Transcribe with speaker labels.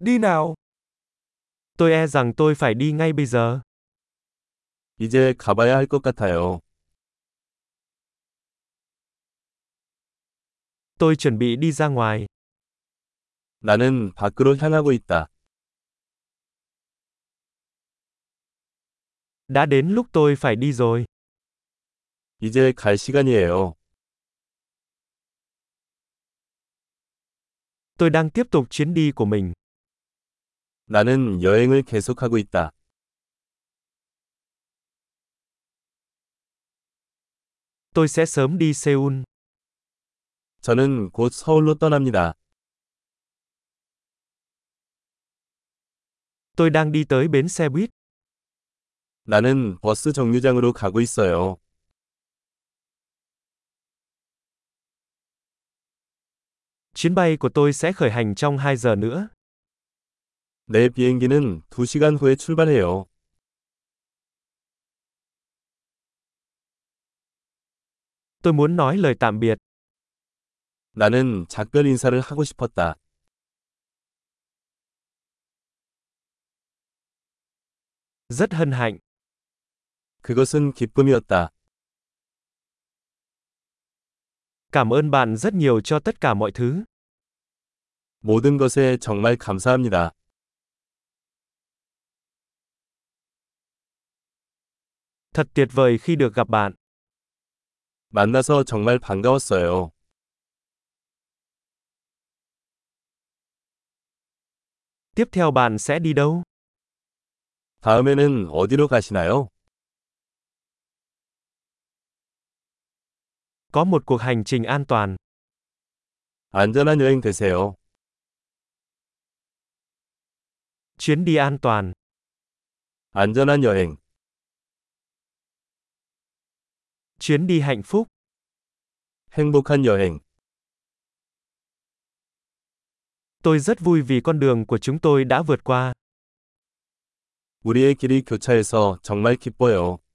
Speaker 1: đi nào.
Speaker 2: Tôi e rằng tôi phải đi ngay bây giờ.
Speaker 3: 이제 가봐야 할 것 같아요.
Speaker 2: Tôi chuẩn bị đi ra ngoài.
Speaker 3: 나는 밖으로 향하고 있다.
Speaker 2: Đã đến lúc tôi phải đi rồi.
Speaker 3: 이제 갈 시간이에요.
Speaker 2: Tôi đang tiếp tục chuyến đi của mình.
Speaker 3: 나는 여행을 계속하고 있다.
Speaker 2: Tôi sẽ sớm đi Seoul.
Speaker 3: 저는 곧 서울로 떠납니다.
Speaker 2: Tôi đang đi tới bến xe buýt.
Speaker 3: 나는 버스 정류장으로 가고 있어요.
Speaker 2: Chuyến bay của tôi sẽ khởi hành trong 2 giờ nữa.
Speaker 3: 내 비행기는 2시간 후에 출발해요.
Speaker 2: Tôi muốn nói lời tạm biệt.
Speaker 3: 나는 작별 인사를 하고 싶었다.
Speaker 2: Rất hân hạnh.
Speaker 3: 그것은 기쁨이었다.
Speaker 2: Cảm ơn bạn rất nhiều cho tất cả mọi thứ.
Speaker 3: 모든 것에 정말 감사합니다.
Speaker 2: Thật tuyệt vời khi được gặp bạn.
Speaker 3: 만나서 정말 반가웠어요.
Speaker 2: Tiếp theo bạn sẽ đi đâu?
Speaker 3: 다음에는 어디로 가시나요?
Speaker 2: Có một cuộc hành trình an toàn.
Speaker 3: 안전한 여행 되세요.
Speaker 2: Chuyến đi an toàn.
Speaker 3: 안전한 여행,
Speaker 2: Chuyến đi hạnh phúc.
Speaker 3: 행복한 여행.
Speaker 2: Tôi rất vui vì con đường của chúng tôi đã vượt qua.
Speaker 3: 우리의 길이 교차해서 정말 기뻐요.